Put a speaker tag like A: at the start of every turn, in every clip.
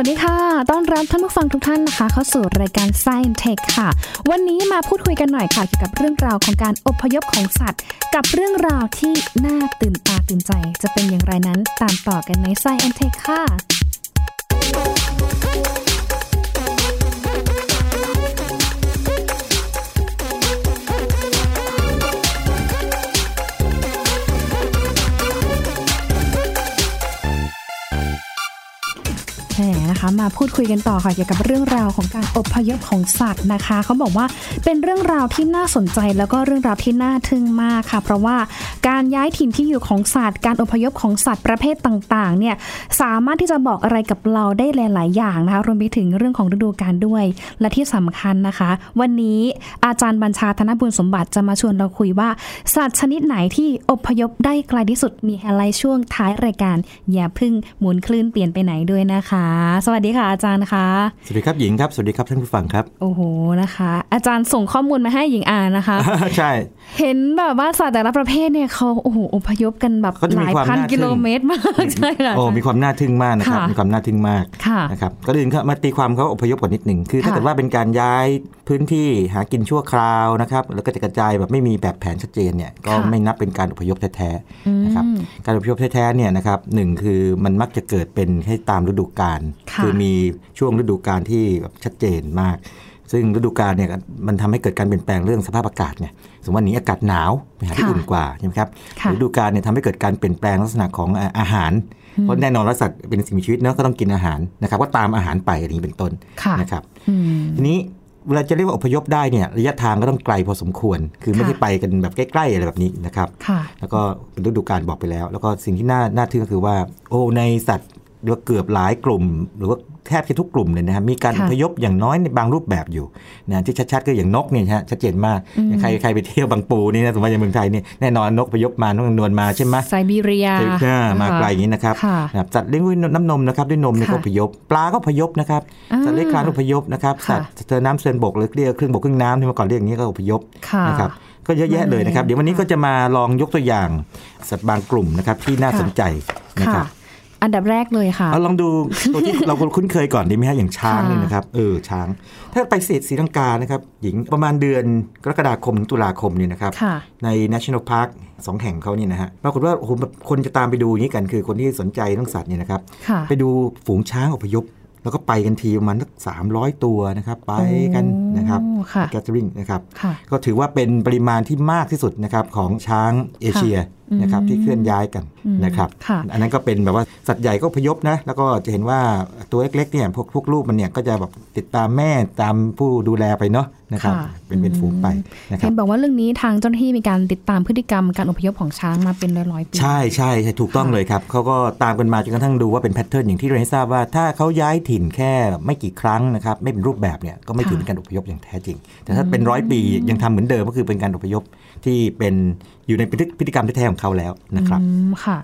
A: วัสดีค่ะ ต้อนรับท่านผู้ฟังทุกท่านนะคะ เข้าสู่รายการ Science Tech ค่ะ วันนี้มาพูดคุยกันหน่อยค่ะ เกี่ยวกับเรื่องราวของการอพยพของสัตว์ กับเรื่องราวที่น่าตื่นตาตื่นใจ จะเป็นอย่างไรนั้นตามต่อกันใน Science Tech ค่ะ แหมนะคะมาพูดคุยกันต่อค่ะเกี่ยวกับเรื่องราวของการอพยพของสัตว์นะคะเขาบอกว่าเป็นเรื่องราวที่น่าสนใจแล้วก็เรื่องราวที่น่าทึ่งมากค่ะ เพราะว่าการย้ายถิ่นที่อยู่ของสัตว์ การอพยพของสัตว์ประเภทต่างๆเนี่ยสามารถที่จะบอกอะไรกับเราได้หลาย ๆ อย่างนะคะรวมไปถึงเรื่องของฤดูกาลด้วย และที่สำคัญนะคะ วันนี้อาจารย์บัญชาธนบุญสมบัติจะมาชวนเราคุยว่า สัตว์ชนิดไหนที่อพยพได้ไกลที่สุดมีอะไรช่วงท้ายรายการ อย่าเพึ่งหมุนคลื่นเปลี่ยนไปไหนด้วยนะคะ สวัสดีค่ะอาจารย์คะ
B: สวัสดีครับหญิงครับ สวัสดีครับท่านผู้ฟังครับ
A: โอ้โหนะคะ อาจารย์ส่งข้อมูลมาให้หญิงอ่าน นะคะ
B: ใช่
A: เห็นแบบว่าสัตว์แต่ละประเภทเนี่ยเขาโอ้โหอพยพกันแบบ
B: เขาจะ
A: ห
B: มี
A: ลาย
B: ความ
A: พัน
B: น่าทึ่ง
A: กิโลเมตรมากใช่ค่ะ
B: โอ้มีความน่าทึ่งมากนะครับ
A: ค่ะ
B: มีความน่าทึ่งมาก
A: ค่ะ
B: นะครับก็อื่นครับมาตีความเขาอพยพก่อนนิดหนึ่งคือถ้า
A: ค่ะ
B: เกิดว่าเป็นการย้ายพื้นที่หากินชั่วคราวนะครับแล้วก็จะกระจายแบบไม่มีแบบแผนชัดเจนเนี่ยก็ไม่นับเป็นการอพยพแท้ๆนะครับ
A: อืม
B: การอพยพแท้ๆเนี่ยนะครับหนึ่งคือมันมักจะเกิดเป็นให้ตามฤดูกาล
A: ค่ะ
B: อมีช่วงฤดูกาลที่แบบชัดเจนมาก ซึ่งฤดูกาลเนี่ยมันทำให้เกิดการเปลี่ยนแปลงเรื่องสภาพอากาศเนี่ยสมมติวันนี้อากาศหนาวไปหาที่อุ่นกว่าใช่ไหมครับ
A: ค่ะ
B: ฤดูกาลเนี่ยทำให้เกิดการเปลี่ยนแปลงลักษณะของอ่าอาหาร เพราะแน่นอนว่าสัตว์เป็นสิ่งมีชีวิตเนาะก็ต้องกินอาหารนะครับก็ตามอาหารไปอะไรอย่างนี้เป็นต้น
A: ค่ะ
B: นะครับ
A: อืม
B: ทีนี้เวลาจะเรียกว่าอพยพได้เนี่ยระยะทางก็ต้องไกลพอสมควร คือไม่
A: ค่ะ
B: ได้ไปกันแบบใกล้ๆอะไรแบบนี้นะครับ
A: ค่ะ
B: แล้วก็เป็นฤดูกาลบอกไปแล้ว แล้วก็สิ่งที่น่าน่าทึ่งก็คือว่าโอ้ในสัตว์หรือว่าเกือบหลายกลุ่ม หรือว่าแทบจะทุกกลุ่มเลยนะครับมีการอพยพอย่างน้อยในบางรูปแบบอยู่นะที่ชัดๆก็อย่างนกเนี่ยฮะชัดเจนมากอย่างใครใครไปเที่ยวบางปูนี่นะสมมติอย่างเมืองไทยเนี่ยแน่นอนนกอพยพมานกนางนวลมาใช่ไหม
A: ไซบีเรีย
B: เทคหน้ามาไกลอย่างนี้นะครับ
A: ค่ะ
B: นะครับสัตว์เลี้ยงด้วยน้ำนมนะครับด้วยนมเนี่ย
A: ค่ะ
B: ก็อพยพ ปลาก็อพยพนะครับ
A: อ่า
B: สัตว์เลี้อยงคลานอพยพนะครับ
A: ค่ะ
B: สัตว์เจอน้ำเซนบกหรือเรียกครึ่งบกครึ่งน้ำที่เมื่อก่อนเรียกอย่างนี้ก็อพยพ
A: ค่ะ
B: นะครับก็เยอะแยะเลยนะครับ
A: อืม
B: เดี๋ยววันนี้ก็จะมาลองยกตัวอย่างสัตว์บางกลุ่มนะครับที่น่า
A: ค่ะ
B: สนใจนะครั
A: ค่ะ
B: บ
A: อันดับแรกเลยค่ะ
B: เอาลองดูตัวที่ เราคุ้นเคยก่อนดีไหมฮะอย่างช้าง
A: ค่ะ
B: เนี่ยนะครับเออช้าง ถ้าไปเศษสีลังกานะครับหญิงประมาณเดือนกรกฎาคมถึงตุลาคมเนี่ยนะครับ
A: ค่ะ
B: ใน national park สองแห่งเขาเนี่ยนะฮะปรากฏว่าโอ้โหแบบคนจะตามไปดูอย่างนี้กันคือคนที่สนใจเรื่องสัตว์เนี่ยนะครับ
A: ค่ะ
B: ไปดูฝูงช้างอพยพ แล้วก็ไปกันทีประมาณสักสามร้อยตัวนะครับ ไปกันนะครับ
A: โอ้ค่ะ
B: แกจริงนะครับ
A: ค่ะ
B: ก็ถือว่าเป็นปริมาณที่มากที่สุดนะครับของช้างเอเชีย
A: ค่ะ
B: นะครับ
A: อืม
B: ที่เคลื่อนย้ายกัน
A: อืม
B: นะครับ
A: ค่ะ
B: อันนั้นก็เป็นแบบว่าสัตว์ใหญ่ก็อพยพนะ แล้วก็จะเห็นว่าตัวเล็กๆเนี่ยพวกพวกลูกมันเนี่ยก็จะแบบติดตามแม่ตามผู้ดูแลไปเนาะนะครับ
A: ค่ะ
B: เป็นเป็นฝูงไป
A: อื
B: นะครับ
A: เห็นบอกว่าเรื่องนี้ทางเจ้าหน้าที่มีการติดตามพฤติกรรมการอพยพของช้างมาเป็นร้อยๆปี
B: ใช่ใช่ใช่ถูกต้อง
A: ค่ะ
B: เลยครับเขาก็ตามกันมาจนกระทั่งดูว่าเป็นแพทเทิร์นอย่างที่เรยนให้ทราบว่าถ้าเขาย้ายถิ่นแค่ไม่กี่ครั้งนะครับไม่เป็นรูปแบบเนี่ยก็ไม่
A: ค่ะ
B: ถือเป็นการอพยพอย่างแท้จริง แต่ถ้าเป็นร้อยปียังทำเหมือนเดิมก็คือเป็นการอพยพที่เป็นอยู่ในพฤติพฤติกรรมแท้ๆของเขาแล้วนะครับ
A: อืมค่ะ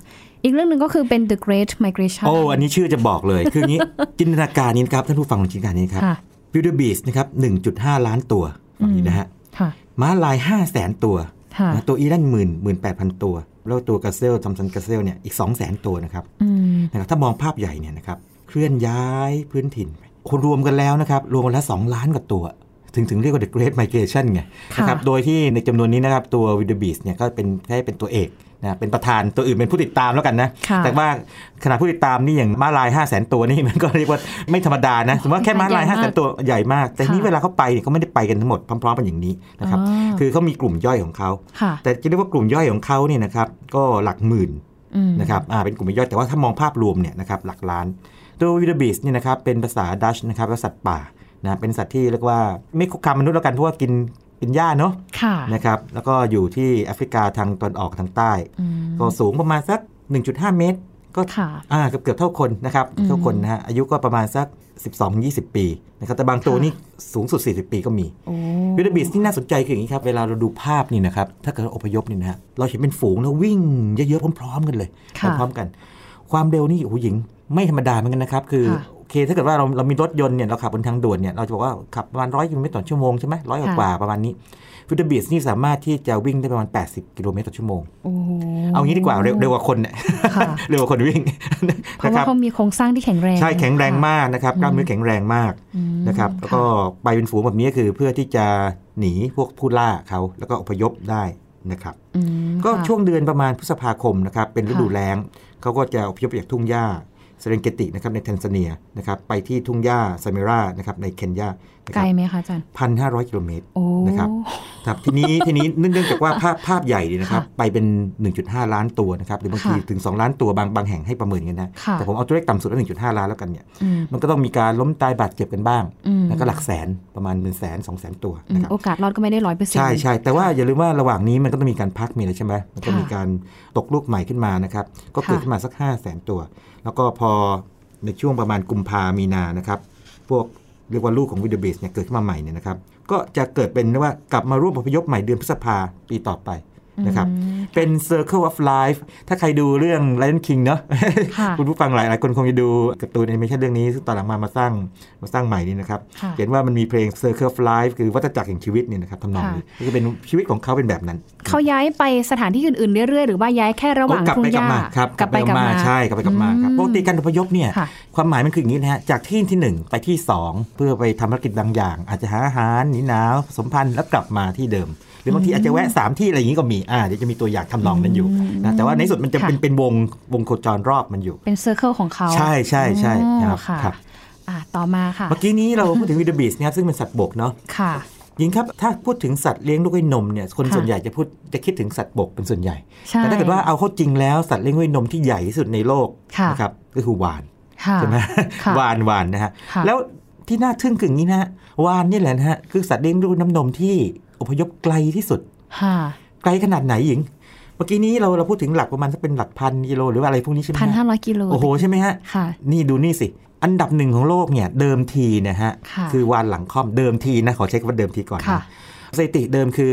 A: อีกเรื่องหนึ่งก็คือเป็น The Great Migration
B: โอ้อันนี้ชื่อจะบอกเลย คืออย่า งนี้ จินตนาการนี้นะครับท่านผู้ฟังของจินตนาการนี้ครับ
A: ค่ะ
B: บิวเดอร์บีสนะครับ1.5 ล้านตัวฟังดีนะฮะ
A: ค่ะ
B: ม้าลาย5 0 0 0 0 0ตัว
A: ค่ะ
B: นะตัวอีนั่นหมื่นหมื่นแปดพันตัว แล้วตัวกาเซลทำซันกาเซลเนี่ยอีกสองแสนตัวนะครับ
A: อืม
B: นะครับ ถ้ามองภาพใหญ่เนี่ยนะครับ เคลื่อนย้ายพื้นถิ่นคนรวมกันแล้วนะครับ รวมกันแล้วสองล้านกว่าตัว ถึงถึงเรียกว่า The Great Migration ไง
A: ค่ะ
B: นะครับ โดยที่ในจำนวนนี้นะครับ ตัว w i d e b e a s t เนี่ยก็เป็นแค่เป็นตัวเอกนะเป็นประธานตัวอื่นเป็นผู้ติดตามแล้วกันนะ
A: ค่ะ
B: แต่ว่าขนาดผู้ติดตามนี่อย่างม้าลาย 5 0 0 0 0 0 ตัวนี่ มันก็เรียกว่าไม่ธรรมดานะสมมติว่าแค่ม้าลาย 5 0 0 0 0 0 ตัวใหญ่มาก แต่นี่
A: ค่ะ
B: เวลาเขาไปเนี่ยเขาไม่ได้ไปกันทั้งหมดพร้อมๆกันอย่างนี้นะครับ
A: อ๋อ
B: คือเขามีกลุ่มย่อยของเขา
A: ค่ะ
B: แต่จะเรียกว่ากลุ่มย่อยของเขาเนี่ยนะครับก็หลักหมื่น
A: อืม
B: นะครับอ่าเป็นกลุ่มย่อยแต่ว่าถ้ามองภาพรวมเนี่ยนะครับหลักล้านตัววิลบีสเนี่ยนะครับเป็นภาษาดัชนะครับแล้วสัตว์ป่านะเป็นสัตว์ที่เรียกว่าไม่คุกคามมนุษย์แล้วกันเพราะว่ากินกินหญ้าเนาะ
A: ค่ะ
B: นะครับแล้วก็อยู่ที่แอฟริกาทางตอนออกทางใต้
A: อืม
B: ก็สูงประมาณสัก 1.5 เมตร ก็
A: ค่ะ
B: อ่าเกือบเกือบเท่าคนนะครับ
A: อืม
B: เท่าคนนะฮะอายุก็ประมาณสัก 12-20 ปีนะครับแต่บางตัว
A: ค่ะ
B: นี่สูงสุด 40 ปีก็มี
A: โอ้
B: วิลเดอร์บีสที่น่าสนใจคืออย่างนี้ครับ เวลาเราดูภาพนี่นะครับ ถ้าเกิดเราอพยพนี่นะฮะเราเห็นเป็นฝูงแล้ววิ่งเยอะๆพร้อม ๆ กันเลย
A: ค่ะ
B: พร้อมๆกัน ความเร็วนี่โอ้โหหญิงไม่ธรรมดาเหมือนกันนะครับ คือ
A: ค่ะ
B: โอเค เคถ้าเกิดว่าเราเรามีรถยนต์เนี่ยเราขับบนทางด่วนเนี่ยเราจะบอกว่าขับประมาณร้อยกิโลเมตรต่อชั่วโมงใช่ไหมร้อย
A: ค่ะ
B: กว่าประมาณนี้ฟิวเจอร์บีสนี่สามารถที่จะวิ่งได้ประมาณ 80 กิโลเมตรต่อชั่วโมง
A: โอ้โห
B: เอางี้ดีกว่าเร็วเร็วกว่าคนเนี่ย
A: ค่ะ
B: เร็วกว่าคนวิ่ง
A: เพ
B: นะ
A: ราะว่า
B: ครับ
A: เขามีโครงสร้างที่แข็งแรง
B: ใช่แข็งแรง
A: ค่ะ
B: มากนะครับกล้ามเนื้อแข็งแรงมาก
A: อืม
B: นะครับแล้วก็ไปเป็นฝูงแบบนี้ก็คือเพื่อที่จะหนีพวกผู้ล่าเขาแล้วก็อพยพได้นะครับ
A: อืม
B: ก็
A: ค่ะ
B: ช่วงเดือนประมาณพฤษภาคมนะครับเป็นฤดู
A: ค่ะ
B: แล้งเขาก็จะอพยพจากทุ่งหญ้าเซเรนเกตินะครับในแทนซาเนียนะครับไปที่ทุ่งหญ้าซาเมรานะครับในเคนยา
A: ไกลไหมคะอาจารย์
B: พันห้าร้อยกิโลเมตร
A: โอ้
B: นะครับ ครับทีนี้ ทีนี้เนื่องจากว่าภาพภาพใหญ่เนี่ยนะครับไปเป็น 1.5 ล้านตัวนะครับหรือบางที
A: ค่ะ
B: ถึง 2 ล้านตัวบางบางแห่งให้ประเมินกันนะ
A: ค่ะ
B: แต่ผมเอาตัวเลขต่ำสุดว่า1.5 ล้านแล้วกันเนี่ย
A: อืม
B: มันก็ต้องมีการล้มตายบาดเจ็บกันบ้าง
A: อืม
B: แล้วก็หลักแสนประมาณเป็นแสนสองแสนตัว
A: อืม
B: นะครับ
A: โอกาสรอดก็ไม่ได้ร้อยเปอร์เซ็นต์
B: ใช่ใช่แต่ว่าอย่าลืมว่าระหว่างนี้มันก็ต้องมีการพักมีอะไรใช่ไหมมันก็มีการตกลูกใหม่ขึ้นมานะครับก็เกิด
A: ค่ะ
B: ขึ้นมาสัก 5 0 0แสนตัว แล้วก็พอในช่วงประมาณกุมภามีนานะครับพวกเรียกว่าลูกของวิดเบสเนี่ยเกิดขึ้นมาใหม่เนี่ยนะครับก็จะเกิดเป็นเรียกว่ากลับมาร่วมอพยพใหม่เดือนพฤษภาปีต่อไปนะครับ
A: อืม
B: เป็น Circle of Life ถ้าใครดูเรื่อง Lion King เนาะ
A: ค่ะ
B: คุณผู้ฟังหลายหลายคนคงจะดูการ์ตูนแอนิเมชันเรื่องนี้ซึ่งตอนหลังมามาสร้างมาสร้างใหม่นี่นะครับ
A: ค่ะ
B: เห็นว่ามันมีเพลง Circle of Life คือวัฏจักรแห่งชีวิตเนี่ยนะครับทำนองนี้ก็คือเป็นชีวิตของเขาเป็นแบบนั้น
A: เขาย้ายไปสถานที่อื่นๆเรื่อยๆ หรือว่าย้ายแค่ระหว่าง
B: โอ้กลั
A: ทุ่
B: ไป
A: งห
B: กลั
A: ญ้า
B: มาครับ
A: กลับไปกลับมา
B: ใช่กลับไปกลับมาครับ
A: อืม
B: ปกติการอพยพเนี่ย
A: ค่ะ
B: ความหมายมันคืออย่างนี้นะฮะจากที่ที่ 1 ไปที่ 2 เพื่อไปทำภารกิจบางอย่าง อาจจะหาอาหารหนีหนาวผสมพันธุ์แล้วกลับมาที่เดิม หรือบางทีอาจจะแวะสามที่อะไรอย่างนี้ก็มีอ่าเดี๋ยวจะมีตัวอย่างทำนองนั้นอยู่นะแต่ว่าในที่สุดมันจะเป็น
A: ค่ะ
B: เป็นวงวงโคจรรอบมันอยู่
A: เป็นเซอร์เคิลของเขา
B: ใช่ใช่ใช่
A: อ๋อ
B: ครับ
A: ค่ะ
B: ครับ
A: อ่ะ ต่อมาค่ะ
B: เมื่อกี้นี้เราพูดถึงวิดบีสนะครับซึ่งเป็นสัตว์บกเนาะ
A: ค่ะ
B: ยิงครับถ้าพูดถึงสัตว์เลี้ยงด้วยนมเนี่ยคน
A: ค่ะ
B: ส่วนใหญ่จะพูดจะคิดถึงสัตว์บกเป็นส่วนใหญ่
A: ใช่
B: แต่ถ้าเกิดว่าเอาเข้าจริงแล้วสัตว์เลี้ยงด้วยนมที่ใหญ่ที่สุดในโลก
A: ค่ะ
B: นะครับก็คือวาน
A: ค่ะ
B: ใช่ไหม
A: ค่ะ
B: วานวานนะฮะ
A: ค่ะ
B: แล้วที่น่าทึ่งคืออย่างนี้นะฮะวานนี่แหละนะฮะคือสัตว์เลี้ยงด้วยน้ำนมที่อพยพไกลที่สุด
A: ค่ะ
B: ไกลขนาดไหนหญิง เมื่อกี้นี้เราเราพูดถึงหลักประมาณสักเป็นหลักพันกิโลหรือว่าอะไรพวกนี้ใช่ไหม
A: พันห้า
B: ฮะ
A: ร้อยกิโล
B: โอ้โหใช่ไหมฮะ
A: ค่ะ
B: นี่ดูนี่สิ อันดับหนึ่งของโลกเนี่ยเดิมทีนะฮะ
A: ค่ะ
B: อวานหลังค่อมเดิมทีนะขอเช็คว่าเดิมทีก่อน
A: ค่ะ
B: นะสถิติเดิมคือ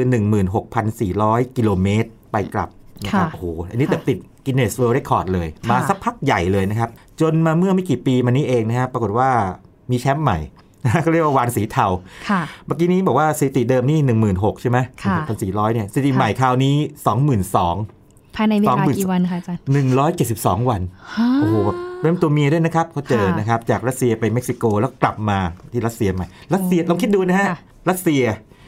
B: 16,400 กิโลเมตรไปกลับนะครับ
A: ค่ะ
B: โอ้โหอันนี้
A: ค่ะ
B: แต่ติดกินเนสเวิลด์เรคคอร์ดเลย มา
A: ค่ะ
B: สักพักใหญ่เลยนะครับ จนมาเมื่อไม่กี่ปีมานี้เองนะฮะปรากฏว่ามีแชมป์ใหม่ เขาเรียกว่าวานสีเทา
A: ค่ะ
B: เมื่อกี้นี้บอกว่าสถิติเดิมนี่ 16,000ใช่ไหม
A: ค่ะ
B: 1,400เนี่ยสถิติ
A: ค่ะ
B: ใหม่คราวนี้ 22,000
A: ภายในเว
B: สอง
A: ลา
B: หมื่น
A: กี่วันคะอาจารย์
B: 172 วัน โอ้โหแบบเริ่มตัวเมียด้วยนะครับเขาเจอ
A: ค่ะ
B: นะครับจากรัสเซียไปเม็กซิโกแล้วกลับมาที่รัสเซียใหม่รัสเซียลองคิดดูนะฮะ
A: ค่ะ
B: รัสเซีย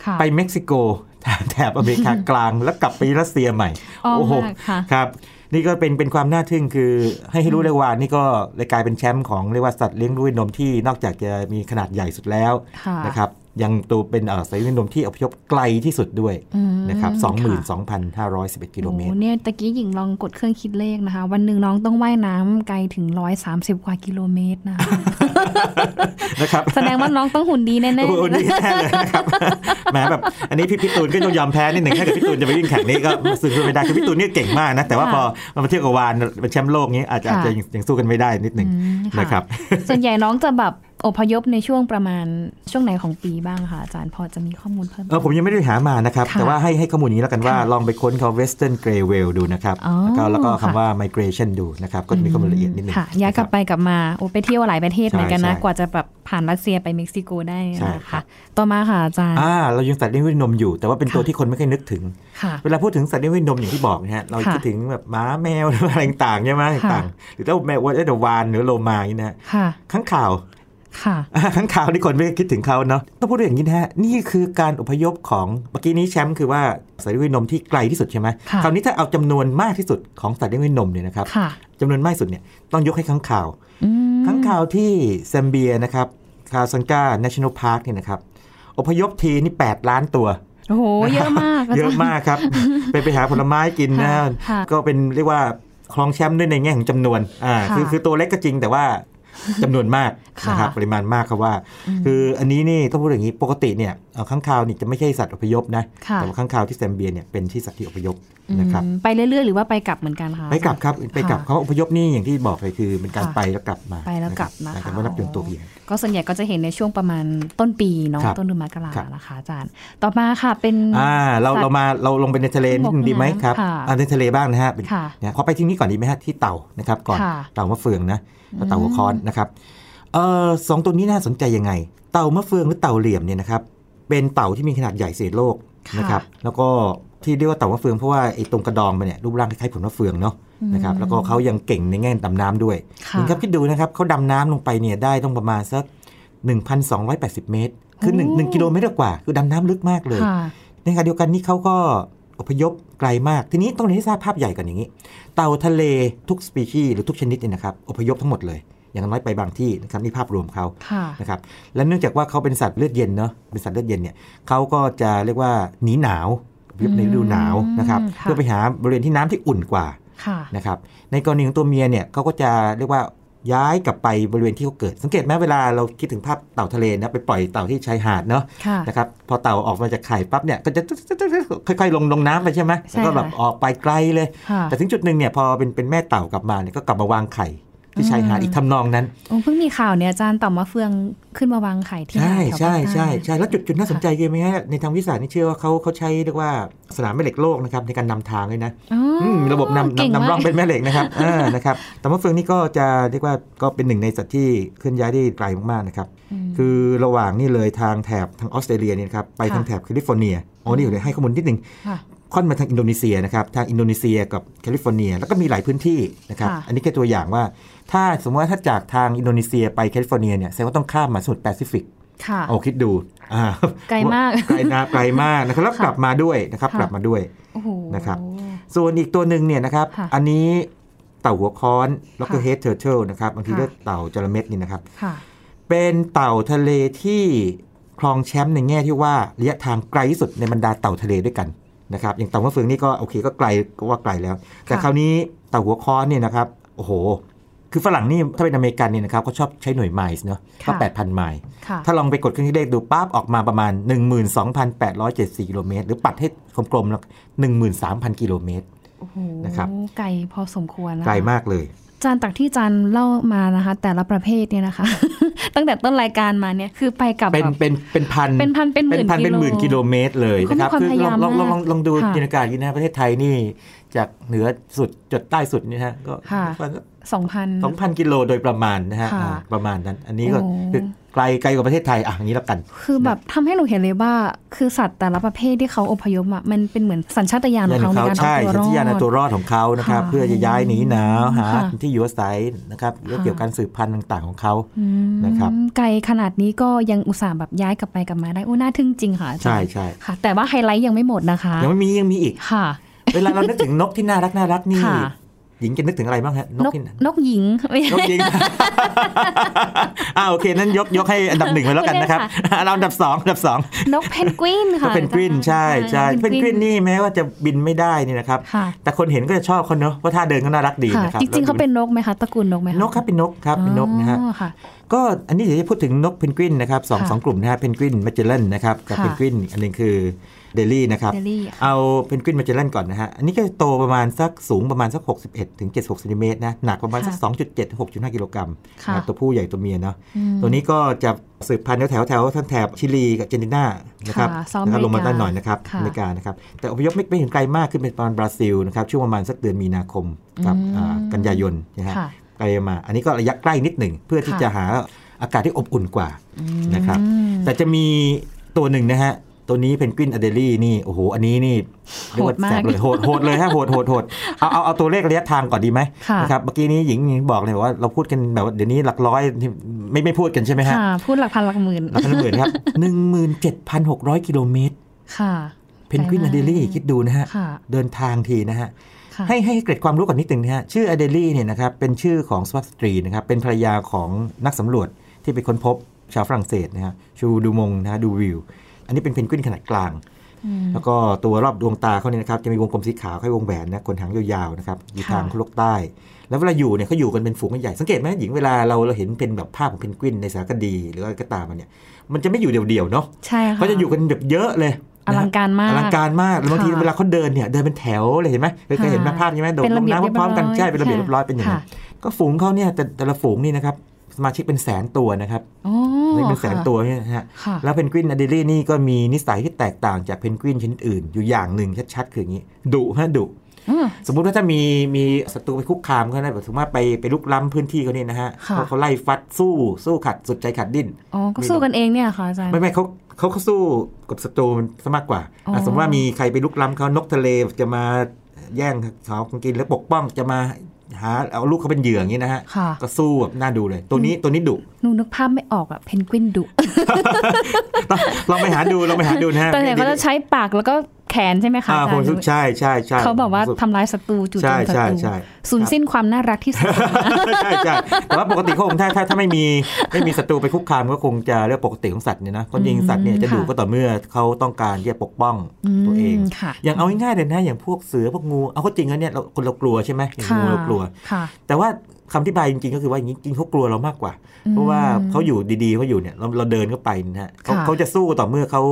A: ค่ะ
B: ไปเม็กซิโก แถบแถบอเมริกากลาง แล้วกลับไปรัสเซียใหม่
A: อ้อม
B: โอ้โห
A: มากค่ะ
B: ครับ นี่ก็เป็นเป็นความน่าทึ่งคือให้ให้รู้เลยว่านี่ก็เลยกลายเป็นแชมป์ของเรียกว่าสัตว์เลี้ยงด้วยนมที่นอกจากจะมีขนาดใหญ่สุดแล้ว
A: ค่ะ
B: นะครับยังตัวเป็นเอ่อสัตว์เลี้ยงด้วยนมที่อพยพไกลที่สุดด้วย
A: อืม
B: นะครับ
A: ค่ะ
B: 22,511กิโลเมตร
A: โอ้เนี่ยตะกี้หญิงลองกดเครื่องคิดเลขนะคะ วันหนึ่งน้องต้องว่ายน้ำไกลถึง 130 กว่ากิโลเมตรนะคะ
B: นะครับ
A: แสดงว่าน้องต้องหุ่นดีแน่ๆ
B: โอ้โหนี่แน่เลยนะครับ แหมแบบอันนี้พี่พี่ตูนก็ยอมแพ้นิดหนึ่งถ้าเกิดพี่ตูนจะไปวิ่งแข่งนี้ก็สู้ไม่ได้คือพี่ตูนเนี่ยเก่งมากนะแต่ว่าพอมาเทียบกับวานเป็นแชมป์โลกนี้อาจจะอาจ
A: ค่ะ
B: จะยังยังสู้กันไม่ได้นิดหนึ่ง
A: อืม
B: นะครับ
A: ส่วนใหญ่น้องจะแบบอพยพในช่วงประมาณช่วงไหนของปีบ้างคะอาจารย์พอจะมีข้อมูลเพิ่ม
B: เออผม
A: เติ
B: ยังไม่ได้หามานะครับ
A: ค่ะ
B: แต่ว่าให้ให้ข้อมูลนี้แล้วกันว่า
A: ค่ะ
B: ลองไปค้นคำ Western Grey Whale ดูนะครับ
A: อ๋อ
B: แล้วก็แล้วก็
A: ค่ะ
B: คำว่า migration ดูนะครับ ก็จะมีข้อมูลละเอียดนิดหนึ่ง
A: ค่ะย้ายกลับ
B: นะครั
A: ไปกลับมาโอ้ไปเที่ยวหลายประเทศเหมือนกันนะ
B: ใช่ใช่
A: กว่าจะแบบผ่านรัสเซียไปเม็กซิโกได้
B: ใช่
A: นะ
B: ครั
A: คะ
B: บ
A: ต่อมาค่ะอาจารย์
B: อ่าเรายังสัตว์เลี้ยงด้วยนมอยู่ แต่ว่าเป็นตัว
A: ค่ะ
B: ที่คนไม่ค่อยนึกถึง
A: ค่ะ
B: เวลาพูดถึงสัตว์เลี้ยงด้วยนมอย่างที่บอกนะฮะเรา
A: ค่ะ
B: คิดถึงแบบหม้าแมว หรืออะไรต่างๆใช่ไหม
A: ค่ะ
B: ต่างๆหรือถ้าแมวว่าเดวานหรือโลมาอย่างนี้นะฮะ
A: ค่ะ
B: ข้างข่าว
A: ค่ะ
B: ข้างข่าวที่คนไม่คิดถึงเขาเนาะต้องพูดอย่างนี้นะฮะ นี่คือการอพยพของเมื่อกี้นี้แชมป์คือว่าสัตว์เลี้ยงด้วยนมที่ไกลที่สุดใช่ไหม
A: ค่ะ
B: คราวนี้ถ้าเอาจำนวนมากที่สุดของสัตว์เลี้ยงด้วยนมเนี่ยนะครับ
A: ค่ะ
B: จำนวนมากที่สุดเนี่ยต้องยกให้ข้างข่าว
A: อืม
B: ข้างข่าวที่แซมเบียนะครับคาซังกา national park เนี่ยนะครับอพยพทีนี่ 8 ล้านตัว
A: โอ้โห เยอะมาก
B: เยอะมาก ครับ ไปไปหาผลไม้กินนะ
A: ค่ะค่ะ
B: ก็เป็นเรียกว่าครองแชมป์ด้วยในแง่ของจำนวนอ่า
A: ค่ะ
B: คือคือตัวเล็กก็จริงแต่ ว่าจำนวนมาก
A: ค่ะ
B: นะครับปริมาณมากครับว่า
A: อืม
B: คืออันนี้นี่ต้องพูดอย่างนี้ปกติเนี่ยเอ่อข้างคาวนี่จะไม่ใช่สัตว์อพยพนะ
A: ค่ะ
B: แต่ว่าข้างคาวที่แซมเบียเนี่ยเป็นที่สัตว์ที่อพยพนะครับ
A: อืมไปเรื่อยๆ หรือว่าไปกลับเหมือนกันคะ
B: ไปกลับครับไปกลับ
A: ค่ะ
B: เขาอพยพนี่อย่างที่บอกเลยคือเป็นการ
A: ค่ะ
B: ไปแล้วกลับมา
A: ไปแล้วกลับ
B: รับ
A: นะคะ
B: แต่ว่านับจนตัว
A: อ๋อ
B: เพียง
A: ก็ส่วนใหญ่ก็จะเห็นในช่วงประมาณต้นปีเนาะ
B: ครับ
A: ต้นเดือนมกรา
B: ครับ
A: นะคะอาจารย์ ต่อมาค่ะเป็น
B: อ่าเราเรามาเราลงไปในทะเลนิดนึง
A: บกน้ำ
B: ดีไหมครับ
A: ค่ะ
B: อ่าในทะเลบ้างนะฮะเป็น
A: ค่ะ
B: เนี่ยขอไปที่นี่ก่อนดีไหมฮะที่เต่านะครับก่อน
A: ค่ะ
B: เต่ามะเฟืองนะแล้วเต่าหัวค้อนนะครับ เออสองตัวนี้น่าสนใจยังไง เต่ามะเฟืองหรือเต่าเหลี่ยมเนี่ยนะครับเป็นเต่าที่มีขนาดใหญ่เศษโลก
A: ค่ะ
B: นะครับแล้วก็ที่เรียกว่าเต่ามะเฟืองเพราะว่าไอ้ตรงกระดองมันเนี่ยรูปร่างคล้ายๆผลมะเฟืองเนาะ
A: อืม
B: นะครับแล้วก็เขายังเก่งในแง่ดำน้ำด้วย
A: ค่ะ
B: ณครับคิดดูนะครับเขาดำน้ำลงไปเนี่ยได้ต้องประมาณสัก 1,280 เมตร คือ1ง
A: โอ้
B: หนึ่งกิโลเมตรกว่า คือดำน้ำลึกมากเลย
A: ค่ะ
B: ในขณะเดียวกันนี่เขาก็อพยพไกลมาก ทีนี้ต้องเรียนให้ทราบภาพใหญ่กันอย่างนี้ เต่าทะเลทุกสปีชีส์หรือทุกชนิดเนี่ยนะครับอพยพทั้งหมดเลย อย่างน้อยไปบางที่นะครับนี่ภาพรวมเขา
A: ค่ะ
B: นะครับและเนื่องจากว่าเขาเป็นสัตว์เลือดเย็นเนาะเป็นสัตว์เลือดเย็นเนี่ยเขาก็จะเรียกว่าหนีหนาวอพยพในฤดูหนาวนะครับ
A: อืมค่ะ
B: เพื่อไปหาบริเวณที่น้ำที่อุ่นกว่า
A: ค่ะ
B: นะครับในกรณีของตัวเมียเนี่ยเขาก็จะเรียกว่าย้ายกลับไปบริเวณที่เขาเกิด สังเกตไหมเวลาเราคิดถึงภาพเต่าทะเลนะไปปล่อยเต่าที่ชายหาดเนาะ
A: ค่ะ
B: นะครับพอเต่าออกมาจากไข่ปั๊บเนี่ยก็จะตึ๊ดๆๆๆค่อยๆ ลงลงน้ำไปใช่ไหม
A: ใช่
B: แล้วก็แบบ
A: ค่ะ
B: ออกไปไกลเลย
A: ค่ะ
B: แต่ถึงจุดหนึ่งเนี่ยพอเป็นเป็นแม่เต่ากลับมาเนี่ยก็กลับมาวางไข่ที่ชายหาด
A: อืม
B: อีกทำนองนั้น
A: โอ้เพิ่งมีข่าวเนี่ยอาจารย์เต่อมะเฟืองขึ้นมาวางไข่ที่
B: ใช่
A: นาแถว
B: ใช่
A: ภาค
B: ใช่
A: ใต้
B: ใช่แล้วจุดจุดน่าสนใจคือไหมฮะในทางวิทยาศาสตร์นี่เชื่อว่าเขาเขาใช้เรียกว่าสนามแม่เหล็กโลกนะครับในการนำทางเลยนะ
A: อ๋ออ
B: มระบบนำ
A: เก่
B: นำนำร่อง
A: มาก
B: เป็นแม่เหล็ก นะครับอ่านะครับแต่ว่าเฟืองนี่ก็จะเรียกว่าก็เป็นหนึ่งในสัตว์ที่เคลื่อนย้ายได้ไกลมากๆนะครับ
A: ม
B: คือระหว่างนี่เลยทางแถบทางออสเตรเลียเนี่ยนะครับไป
A: ค่ะ
B: ทางแถบแคลิฟอร์เนียอ๋อนี่อยู่เลยให้ข้อมูลนิดนึง
A: ค่ะ
B: ค่อนมาทางอินโดนีเซียนะครับทางอินโดนีเซียกับแคลิฟอร์เนีย แล้วก็มีหลายพื้นที่นะครับ
A: ค่ะ
B: อันนี้แค่ตัวอย่างว่า ถ้าสมมติว่าถ้าจากทางอินโดนีเซียไปแคลิฟอร์เนียเนี่ยแสดงว่าต้องข้ามมาสมุทรแปซิฟิก
A: ค่ะ
B: เอาคิดดูอ่า
A: ไกลมาก
B: ไกลนะไกลมากนะครับแล้ว
A: ค่ะ
B: กลับมาด้วยนะครับ
A: ค่ะ
B: กลับมาด้วย
A: โอ้โห
B: นะครับ ส่วนอีกตัวหนึ่งเนี่ยนะครับ
A: ค่ะ
B: อันนี้เต่าหัวค้อนล็อกเกอร์เฮดเทอร์เทลนะครับบางที
A: ค่ะ
B: เรียกเต่าจระเม็ดนี่นะครับ
A: ค่ะ
B: เป็นเต่าทะเลที่ครองแชมป์ในแง่ที่ว่าระยะทางไกลที่สุดในบรรดาเต่าทะเลด้วยกันนะครับอย่างเต่ามะเฟืองนี่ก็โอเคก็ไกลก็ว่าไกลแล้ว แต่
A: ค่ะ
B: คราวนี้เต่าหัวค้อนเนี่ยนะครับโอ้โห คือฝรั่งนี่ถ้าเป็นอเมริกันเนี่ยนะครับเขาชอบใช้หน่วยไมล์เนาะก็8,000 ไมล์
A: ค่ะ
B: ถ้าลองไปกดเครื่องคิดเลขดูปั๊บออกมาประมาณ 12,874กิโลเมตรหรือปัดให้กลมๆแล้ว13,000กิโลเมตร
A: โอ้โห
B: นะครับ
A: ไกลพอสมควรนะคะ
B: ไกลมากเลย
A: จานตักที่จานเล่ามานะคะ แต่ละประเภทเนี่ยนะคะ ตั้งแต่ต้นรายการมาเนี่ยคือไปกับ
B: เป็น
A: แบบ
B: เป็นเป็นพัน
A: เป็นพันเป็นห
B: เป็
A: มื่
B: น
A: น
B: พันเป็นหมื่นกิโล
A: โล
B: เมตรเลยนะครับ
A: เขามีความพยา
B: ลองลอง
A: ยาม
B: ลองลองลองดู
A: ค่ะ
B: จินตนาการอย่างนี้นะประเทศไทยนี่จากเหนือสุดจดใต้สุดนี่นะฮะก็
A: ค่ะ สองพัน
B: สองพันกิโลโดยประมาณนะฮะ
A: ค่ะ
B: อ่าประมาณนั้น อันนี้ก็
A: โอ้
B: คือไกลไกลกว่าประเทศไทยอ่ะอย่างนี้แล้วกัน
A: คือแบบทำให้หนูเห็นเลยว่า คือสัตว์แต่ละประเภทที่เขาอพยพอะมันเป็นเหมือนสัญชาตญาณของเขาในการ
B: ใช่
A: เอาตัวร
B: สัญ
A: อ
B: ชาตญาณเอาตัว
A: ด
B: รอดของเขานะครับ
A: ค่ะ
B: เพื่อจะย้ายหนีหนาวหา
A: ค่ะ
B: ที่อยู่อาศัยนะครับเรื่องเกี่ยวกับ
A: ค่ะ
B: การสืบพันธุ์ต่างๆของเขา
A: อืม
B: นะครับ
A: ไกลขนาดนี้ก็ยังอุตส่าห์แบบย้ายกลับไปกลับมาได้โอ้น่าทึ่งจริงค่ะอาจารย์
B: ใช่ใช่
A: ค่ะแต่ว่าไฮไลท์ยังไม่หมดนะคะ
B: ยังไม่มียังมีอีก
A: ค่ะ
B: เวลาเรานึกถึงนกที่น่ารักน่ารักนี่
A: ค่ะ
B: หญิงจะนึกถึงอะไรบ้างฮะน
A: น
B: ก
A: ก
B: ที่
A: นกหญิง ไม่
B: ยก
A: ใช่
B: ยิง อ่าโอเคนั้นยกยกให้อันดับหนึ่งไปแล้วกันนะครับ
A: ไม่ได้
B: อ่ะเราอันดับสองอันดับสอง
A: นกเพนกวิน
B: ก็
A: ค่ะ
B: เป็นกวินใช่ใช่เป็นกวินนี่แม้ว่าจะบินไม่ได้นี่นะครับ
A: ค่ะ
B: แต่คนเห็นก็จะชอบเขาเนอะว่าท่าเดินก็น่ารักดี
A: ค่ะ
B: นะครับ
A: จริงๆเขาเป็นนกไหมคะตระกูลนกไหมะ
B: นกครับเป็นนกครับเป็นนกนะฮะ
A: อ๋อค่ะ
B: ก็อันนี้เดี๋ยวจะพูดถึงนกเพนกวินนะครับสอง
A: ค่ะ
B: สองกลุ่มนะฮะเพนกวินมาเจลเลนนะครับกับ
A: ค่ะ
B: เพนกวินอันหนึงคือเดลี่นะครับ
A: เดลี่ค่ะ
B: เอาเพนกวินมาเจลเลนก่อนนะฮะ อันนี้ก็โตประมาณสักสูงประมาณสัก 61ถึง76ซนติเมตรนะ หนักประมาณสัก
A: ค่ะ
B: 2.7ถึง6.5กิโลกรัม
A: ค่ะ
B: นะตัวผู้ใหญ่ตัวเมียเนาะ
A: อืม
B: ตัวนี้ก็จะสืบพันธุ์แถวๆแถวทั้งแถบชิลีกับเจนตินานะครับ
A: ค่ะเซาท์
B: นะครั
A: อเมริกา
B: บลงมาด้านหน่อยนะครับ
A: ค่ะ
B: อเมริกานะครับแต่อพยพไม่ไม่ถึงไกลมากขึ้นไปประมาณบราซิลนะครับช่วงประมาณสักเดือนมีนาคมกับ
A: อืม
B: อ่ากันยายนนะฮะ
A: ค่ะ
B: ไกลมา อันนี้ก็ระยะใกล้นิดหนึ่งเพื่อที่
A: ค่ะ
B: จะหาอากาศที่อบอุ่นกว่า นะครับ
A: อืม
B: แต่จะมีตัวหนึ่งนะฮะ ตัวนี้เพนกวินอเดลี่นี่ โอ้โห อันนี้นี่เรียว่
A: โหดมาก
B: แสบเลยโหดโหดเลยฮะโหดโหดโหดเอาเอาเอาตัวเลขระยะทางก่อนดีไหม
A: ค่ะ
B: นะครับเมื่อกี้นี้หญิงบอกเลยว่าเราพูดกันแบบว่าเดี๋ยวนี้หลักร้อยที่ไม่ไม่พูดกันใช่ไหมฮะ
A: ค่ะ พูดหลักพันหลักหมื่น
B: หลักพันหมื่นครับหนึ่งหมื่นเจ็ดพันหกร้อยกิโลเมตร
A: ค่ะ
B: เพนกวิน
A: ไกลมา
B: อ
A: ก
B: เดลี่คิดดูนะฮะ
A: ค่ะ
B: เดินทางทีนะฮะ
A: ค่ะ
B: ให้ให้เกร็ดความรู้ก่อนนิดหนึ่งนะฮะ ชื่ออเดลี่เนี่ยนะครับ เป็นชื่อของสวัสตรีนะครับ เป็นภรรยาของนักสำรวจที่ไปค้นพบชาวฝรั่งเศสนะฮะ ชูดูมงนะฮะ ดูวิว อันนี้เป็นเพนกวินขนาดกลาง
A: อืม
B: แล้วก็ตัวรอบดวงตาเขาเนี่ยนะครับจะมีวงกลมสีขาวคล้ายวงแหวนนะขนหางยาวๆนะครับอยู่
A: ค่ะ
B: ทางโลกใต้ แล้วเวลาอยู่เนี่ยเขาอยู่กันเป็นฝูงใหญ่สังเกตไหมหญิงเวลาเราเราเห็นเป็นแบบภาพของเพนกวินในสารคดีหรืออะไรก็ตามมันเนี่ยมันจะไม่อยู่เดี่ยวๆเนาะ
A: ใช่ค่ะ
B: เขาจะอยู่กันแบบเยอะเลย
A: อลังการมา
B: นะ
A: ก
B: ฮะอลังการมากแล้วบางที
A: ค่ะ
B: เวลาเขาเดินเนี่ยเดินเป็นแถวเลยเห็นไหมเคยเคยเห็นไหม
A: ค่ะ
B: ภาพใช่ไหมโดด
A: เป็น
B: ล
A: ระ
B: ง
A: เบียบ
B: น้ำพร้อมๆกันใช่เป็นระเบียบ
A: เรี
B: เรี
A: ยบ
B: ย
A: บ ร้อ
B: ร้อย ยเป็นอย่างนั้น
A: ค่ะ
B: ก็ฝูงเขาเนี่ยแต่แต่ละฝูงนี่นะครับสมาชิกเป็นแสนตัวนะครับ
A: โอ้
B: เรียกเป็นแสนตัวเนี่ยนะฮะ
A: ค่ะ
B: แล้วเพนกวินอเดลี่นี่ก็มีนิสัยที่แตกต่างจากเพนกวินชนิดอื่น อยู่อย่างหนึ่งชัดๆ คืออย่างนี้ดุฮะดุ
A: อืม
B: สมมุติว่าถ้ามีมีศัตรูไปคุกคามเขานะแบบสมมติว่าไปไปลุกล้ำพื้นที่เขาเนี่ยนะฮะ
A: ค่ะ
B: เขาเขาไล่ฟัดสู้สู้ขัดสุดใจขัดดิ้น
A: อ๋อ ก็สู้กันเองเนี่ยเหรอค่ะอาจารย์
B: ไม่ไม่เขาเขาเขาสู้กับศัตรูมันซะมากกว่า
A: อ๋ออ่
B: ะสมมติว่ามีใครไปลุกล้ำเขานกทะเลจะมาแย่งเขากินแล้วปกป้องจะมาหาเอาลูกเขาเป็นเหยื่ออย่างนี้นะฮะ
A: ค่ะ
B: ก็สู้แบบน่าดูเลย ตัวนี้ตัวนี้ดุ
A: หนูนึกภาพไม่ออกอะเพนกวินดุ
B: ลองลองไปหาดูลองไปหาดูนะฮะ
A: แต่เนี่ยเขาจะใช้ปากแล้วก็แขนใช่ไหมคะ
B: อ่า
A: อา
B: ผม
A: จาร
B: สุด
A: ย์
B: ใช่ใช่ใช่
A: เขาบอกว่า
B: ผมสุด
A: ทำร้ายศัตรูจู่โจ
B: ใช่
A: มศั
B: ใช่
A: ตรู
B: ใช่
A: สูญสิ้นความน่ารักที่สุด
B: ใช่ใช่แต่ว่าปกติเขาคงถ้าถ้าถ้าไม่มีไม่มีศัตรูไปคุกคามก็คงจะเรียกปกติของสัตว์เนี่ยนะคนยิงสัตว์เนี่ยจะดุ
A: ค่ะ
B: ก็ต่อเมื่อเขาต้องการที่จะปกป้องตัวเอง
A: มค่ะ
B: อย่างเอาง่ายๆเลยนะอย่างพวกเสือพวกงูเอาเข้าจริงแล้วเนี่ยเราคนเรากลัวใช่ไหมอย่าง
A: ค่ะ
B: งูเรากลัว
A: ค่ะ
B: แต่ว่าคำอธิบายจริงๆก็คือว่าอย่างนี้จริงเขากลัวเรามากกว่า เพราะว่า
A: อืม
B: เขาอยู่ดีๆเขาอยู่เนี่ยเราเราเดินเข้าไปนะฮะเขา
A: ค่ะ
B: เขาจะสู้ต่อเมื่อเขา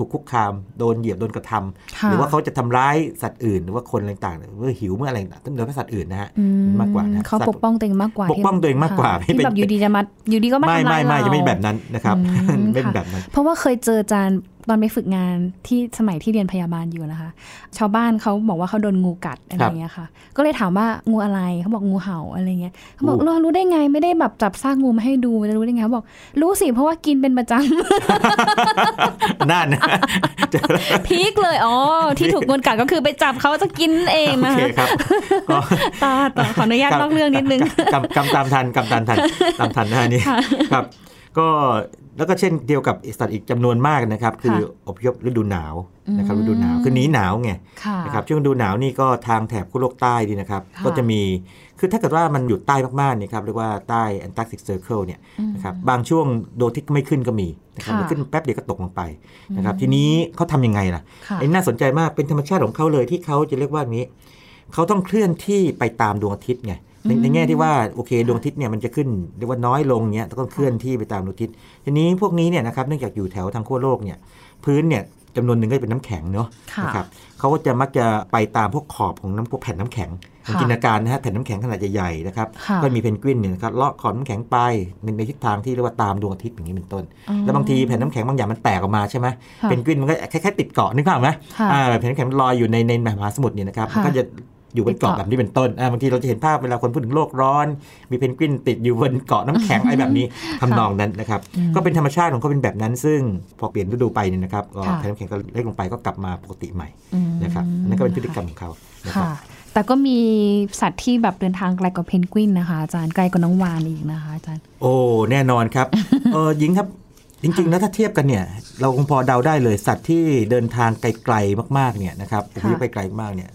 B: ถูกคุกคามโดนเหยียบโดนกระทำ
A: ค่ะ
B: หรือว่าเขาจะทำร้ายสัตว์อื่นหรือว่าคนอะไรต่างๆเมื่อหิวเมื่ออะไรต่างๆต้องเดินไปสัตว์อื่นนะฮะ
A: อื
B: มากกว่านะ
A: เขา
B: สัตว์
A: ปกป้องตัวเองมากกว่า
B: ปกป้องตัวเองมากกว่า
A: ค่ะ
B: ไม่
A: ที่
B: เป็น
A: แบบอยู่ดีจะมาอยู่ดีก็มา
B: ไม่
A: ทำร้า
B: ไม่
A: ย
B: ไม่
A: เรา
B: จะไม่แบบนั้นนะครับ
A: อืม
B: ไม่เป็นแบบนั้น
A: เพราะว่าเคยเจออาจารย์ตอนไปฝึกงานที่สมัยที่เรียนพยาบาลอยู่นะคะ ชาวบ้านเขาบอกว่าเขาโดนงูกัดอะไร
B: ครับ
A: เงี้ยค่ะ ก็เลยถามว่างูอะไรเขาบอกงูเห่าอะไรเงี้ยเขาบอก
B: อู้
A: เรารู้ได้ไงไม่ได้แบบจับซากงูมาให้ดูจะรู้ได้ไงเขาบอกรู้สิเพราะว่ากินเป็นประจ
B: นั่น
A: ำ พีคเลยอ๋อที่ถูกงูกัดก็คือไปจับเขาจะกินเอง
B: โอ
A: นะ
B: เค
A: คะ
B: ครับก็
A: ตาต่อขออนุญาตนอกเรื่องนิดนึง
B: กำกำกำตามทันกำตามทันตามทันนะฮะนี่ครับ ก็แล้วก็เช่นเดียวกับสัตว์อีกจำนวนมากนะครับ คือ
A: ค่ะ
B: อพยพฤดูหนาวนะครับ
A: อืม
B: ฤดูหนาวคือหนีหนาวไง
A: ค่ะ
B: นะครับช่วงฤดูหนาวนี่ก็ทางแถบขั้วโลกใต้ดีนะครับ
A: ค่ะ
B: ก็จะมีคือถ้าเกิดว่ามันอยู่ใต้มากๆเนี่ยครับเรียกว่าใต้แอนตาร์กติกเซอร์เคิลเนี่ย
A: อืม
B: นะครับบางช่วงดวงอาทิตย์ก็ไม่ขึ้นก็มีนะครับ
A: ค่ะ
B: หรือขึ้นแป๊บเดียวก็ตกลงไปนะครับทีนี้เขาทำยังไงล่ะ
A: ค่ะ
B: ไอ้น่าสนใจมากเป็นธรรมชาติของเขาเลยที่เขาจะเรียกว่าอย่างนี้เขาต้องเคลื่อนที่ไปตามดวงอาทิตย์ไงในในแง่ที่ว่าโอเคดวงอาทิตย์เนี่ยมันจะขึ้นเรียกว่าน้อยลงเนี้ยแล้วก็เคลื่อนที่ไปตามดวงอาทิตย์ทีนี้พวกนี้เนี่ยนะครับเนื่องจากอยู่แถวทางขั้วโลกเนี่ยพื้นเนี่ยจำนวนหนึ่งก็จะเป็นน้ำแข็งเนาะ
A: ค่ะ
B: นะครับเขาก็จะมักจะไปตามพวกขอบของน้ำพวกแผ่นน้ำแข็งลอง
A: ค่ะ
B: จินตนาการนะฮะแผ่นน้ำแข็งขนาดใหญ่ๆนะครับ
A: ค่ะ
B: ก็มีเพนกวินเนี่ยนะครับเลาะขอบน้ำแข็งไปในในทิศทางที่เรียกว่าตามดวงอาทิตย์อย่างนี้เป็นต้น
A: อ๋อ
B: แล้วบางทีแผ่นน้ำแข็งบางอย่างมันแตกออกมาใช่ไหม
A: ค่ะ
B: เพนกวินมันก็คล้ายๆติดเกาะนึกภาพไหม
A: ค่ะ
B: อ่าแบบแผ่นน้ำแข็งมันลอยอยู่ในในมหาสมุทรเนี่ยนะครับ
A: ค่ะ
B: มันก็จะอยู่บน
A: ติ
B: เกาะ
A: ดเกาะ
B: แบบนี้เป็นต้นอ่าบางทีเราจะเห็นภาพเวลาคนพูดถึงโลกร้อน มีเพนกวินติดอยู่บนเกาะน้ำแข็งอะไรแบบนี้ทำนองนั้นนะครับ
A: อืม
B: ก็เป็นธรรมชาติของเขาเป็นแบบนั้น ซึ่งพอเปลี่ยนฤดูไปเนี่ยนะครับก็
A: ค่ะ
B: แผ่นน้ำแข็งก็เล็กลงไปก็กลับมาปกติใหม่
A: อืม
B: นะครับอันนั่นก็เป็นพฤติกรรมของเขานะครับ
A: ค่ะ แต่ก็มีสัตว์ที่แบบเดินทางไกลกว่าเพนกวินนะคะ อาจารย์ไกลกว่าน้องวานอีกนะคะอาจารย์
B: โอ้ แน่นอน ครับ เออหญิงครับ จริงๆ แล้วถ้าเทียบกันเนี่ย เราคงพอเดาได้เลยสัตว์ที่เดินทางไกลๆมากๆเนี่ยนะครับผมยกไปไกลมากเนี่ย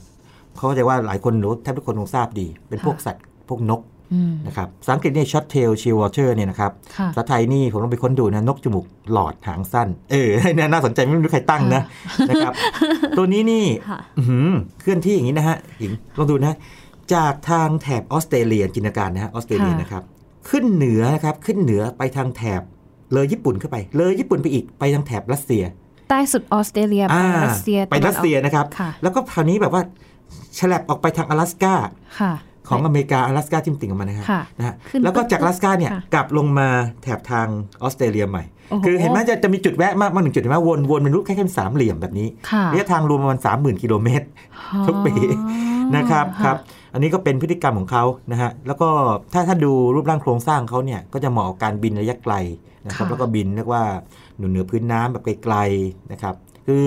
B: เขาใจว่าหลายคนหรือแทบทุกคนคงทราบดี เป็นพวก
A: ค่ะ
B: สัตว์พวกนก
A: อืม
B: นะครับภาษาอังกฤษเนี่ยช็อตเทลชีวอเชอร์เนี่ยนะครับ
A: ค่ะ
B: ภาษาไทยนี่ผมลองไปค้นดูนะนกจมูกหลอดหางสั้น เอ อ เนี่ยน่าสนใจไม่รู้ใครตั้งนะนะครับตัวนี้นี่
A: ค่ะ
B: อื้อหือเคลื่อนที่อย่างนี้นะฮะหญิงลองดูนะ จากทางแถบออสเตรเลียจินตนาการนะฮะออสเตรเลีย
A: ค่ะ
B: นะครับ ขึ้นเหนือนะครับขึ้นเหนือไปทางแถบเลยญี่ปุ่นเข้าไป เลยญี่ปุ่นไปอีกไปทางแถบรัสเซีย
A: ใต้สุดออสเตรเลียไป
B: อ่า
A: รัสเซีย
B: ไปรัสเซีย
A: ตะวันอ
B: นะครับ
A: ค่ะ
B: แล้วก็คราวนี้แบบว่าฉลับออกไปทาง阿拉斯กา
A: อกค่ะ
B: ของอเมริกา阿拉斯กาจิ้มติ่งออกมานะฮะ
A: ค่ะ
B: นะฮะ
A: ขึ้น
B: แล้วก็จาก阿拉斯กาเนี่ย
A: ค่ะ
B: กลับลงมาแถบทางออสเตรเลียใหม่
A: โอ้โห
B: คือเห็นไหมจะจะมีจุดแวะมากมากหนึ่งจุดเห็นไหมวนวนเป็นรูปคล้ายๆเป็นสามเหลี่ยมแบบนี้
A: ค่ะ
B: ระยะทางรวมประมาณ30,000กิโลเมตร ทุกปี
A: อ๋อ
B: นะครับ
A: ะ
B: ครับอันนี้ก็เป็นพฤติกรรมของเขานะฮะแล้วก็ถ้าถ้าดูรูปร่างโครงสร้างเขาเนี่ยก็จะเหมาะกับการบินระยะไกลนะครับ
A: ค่ะ
B: แล้วก็บินเรียกว่าหนุนเหนือพื้นน้ำแบบไกลๆนะครับคือ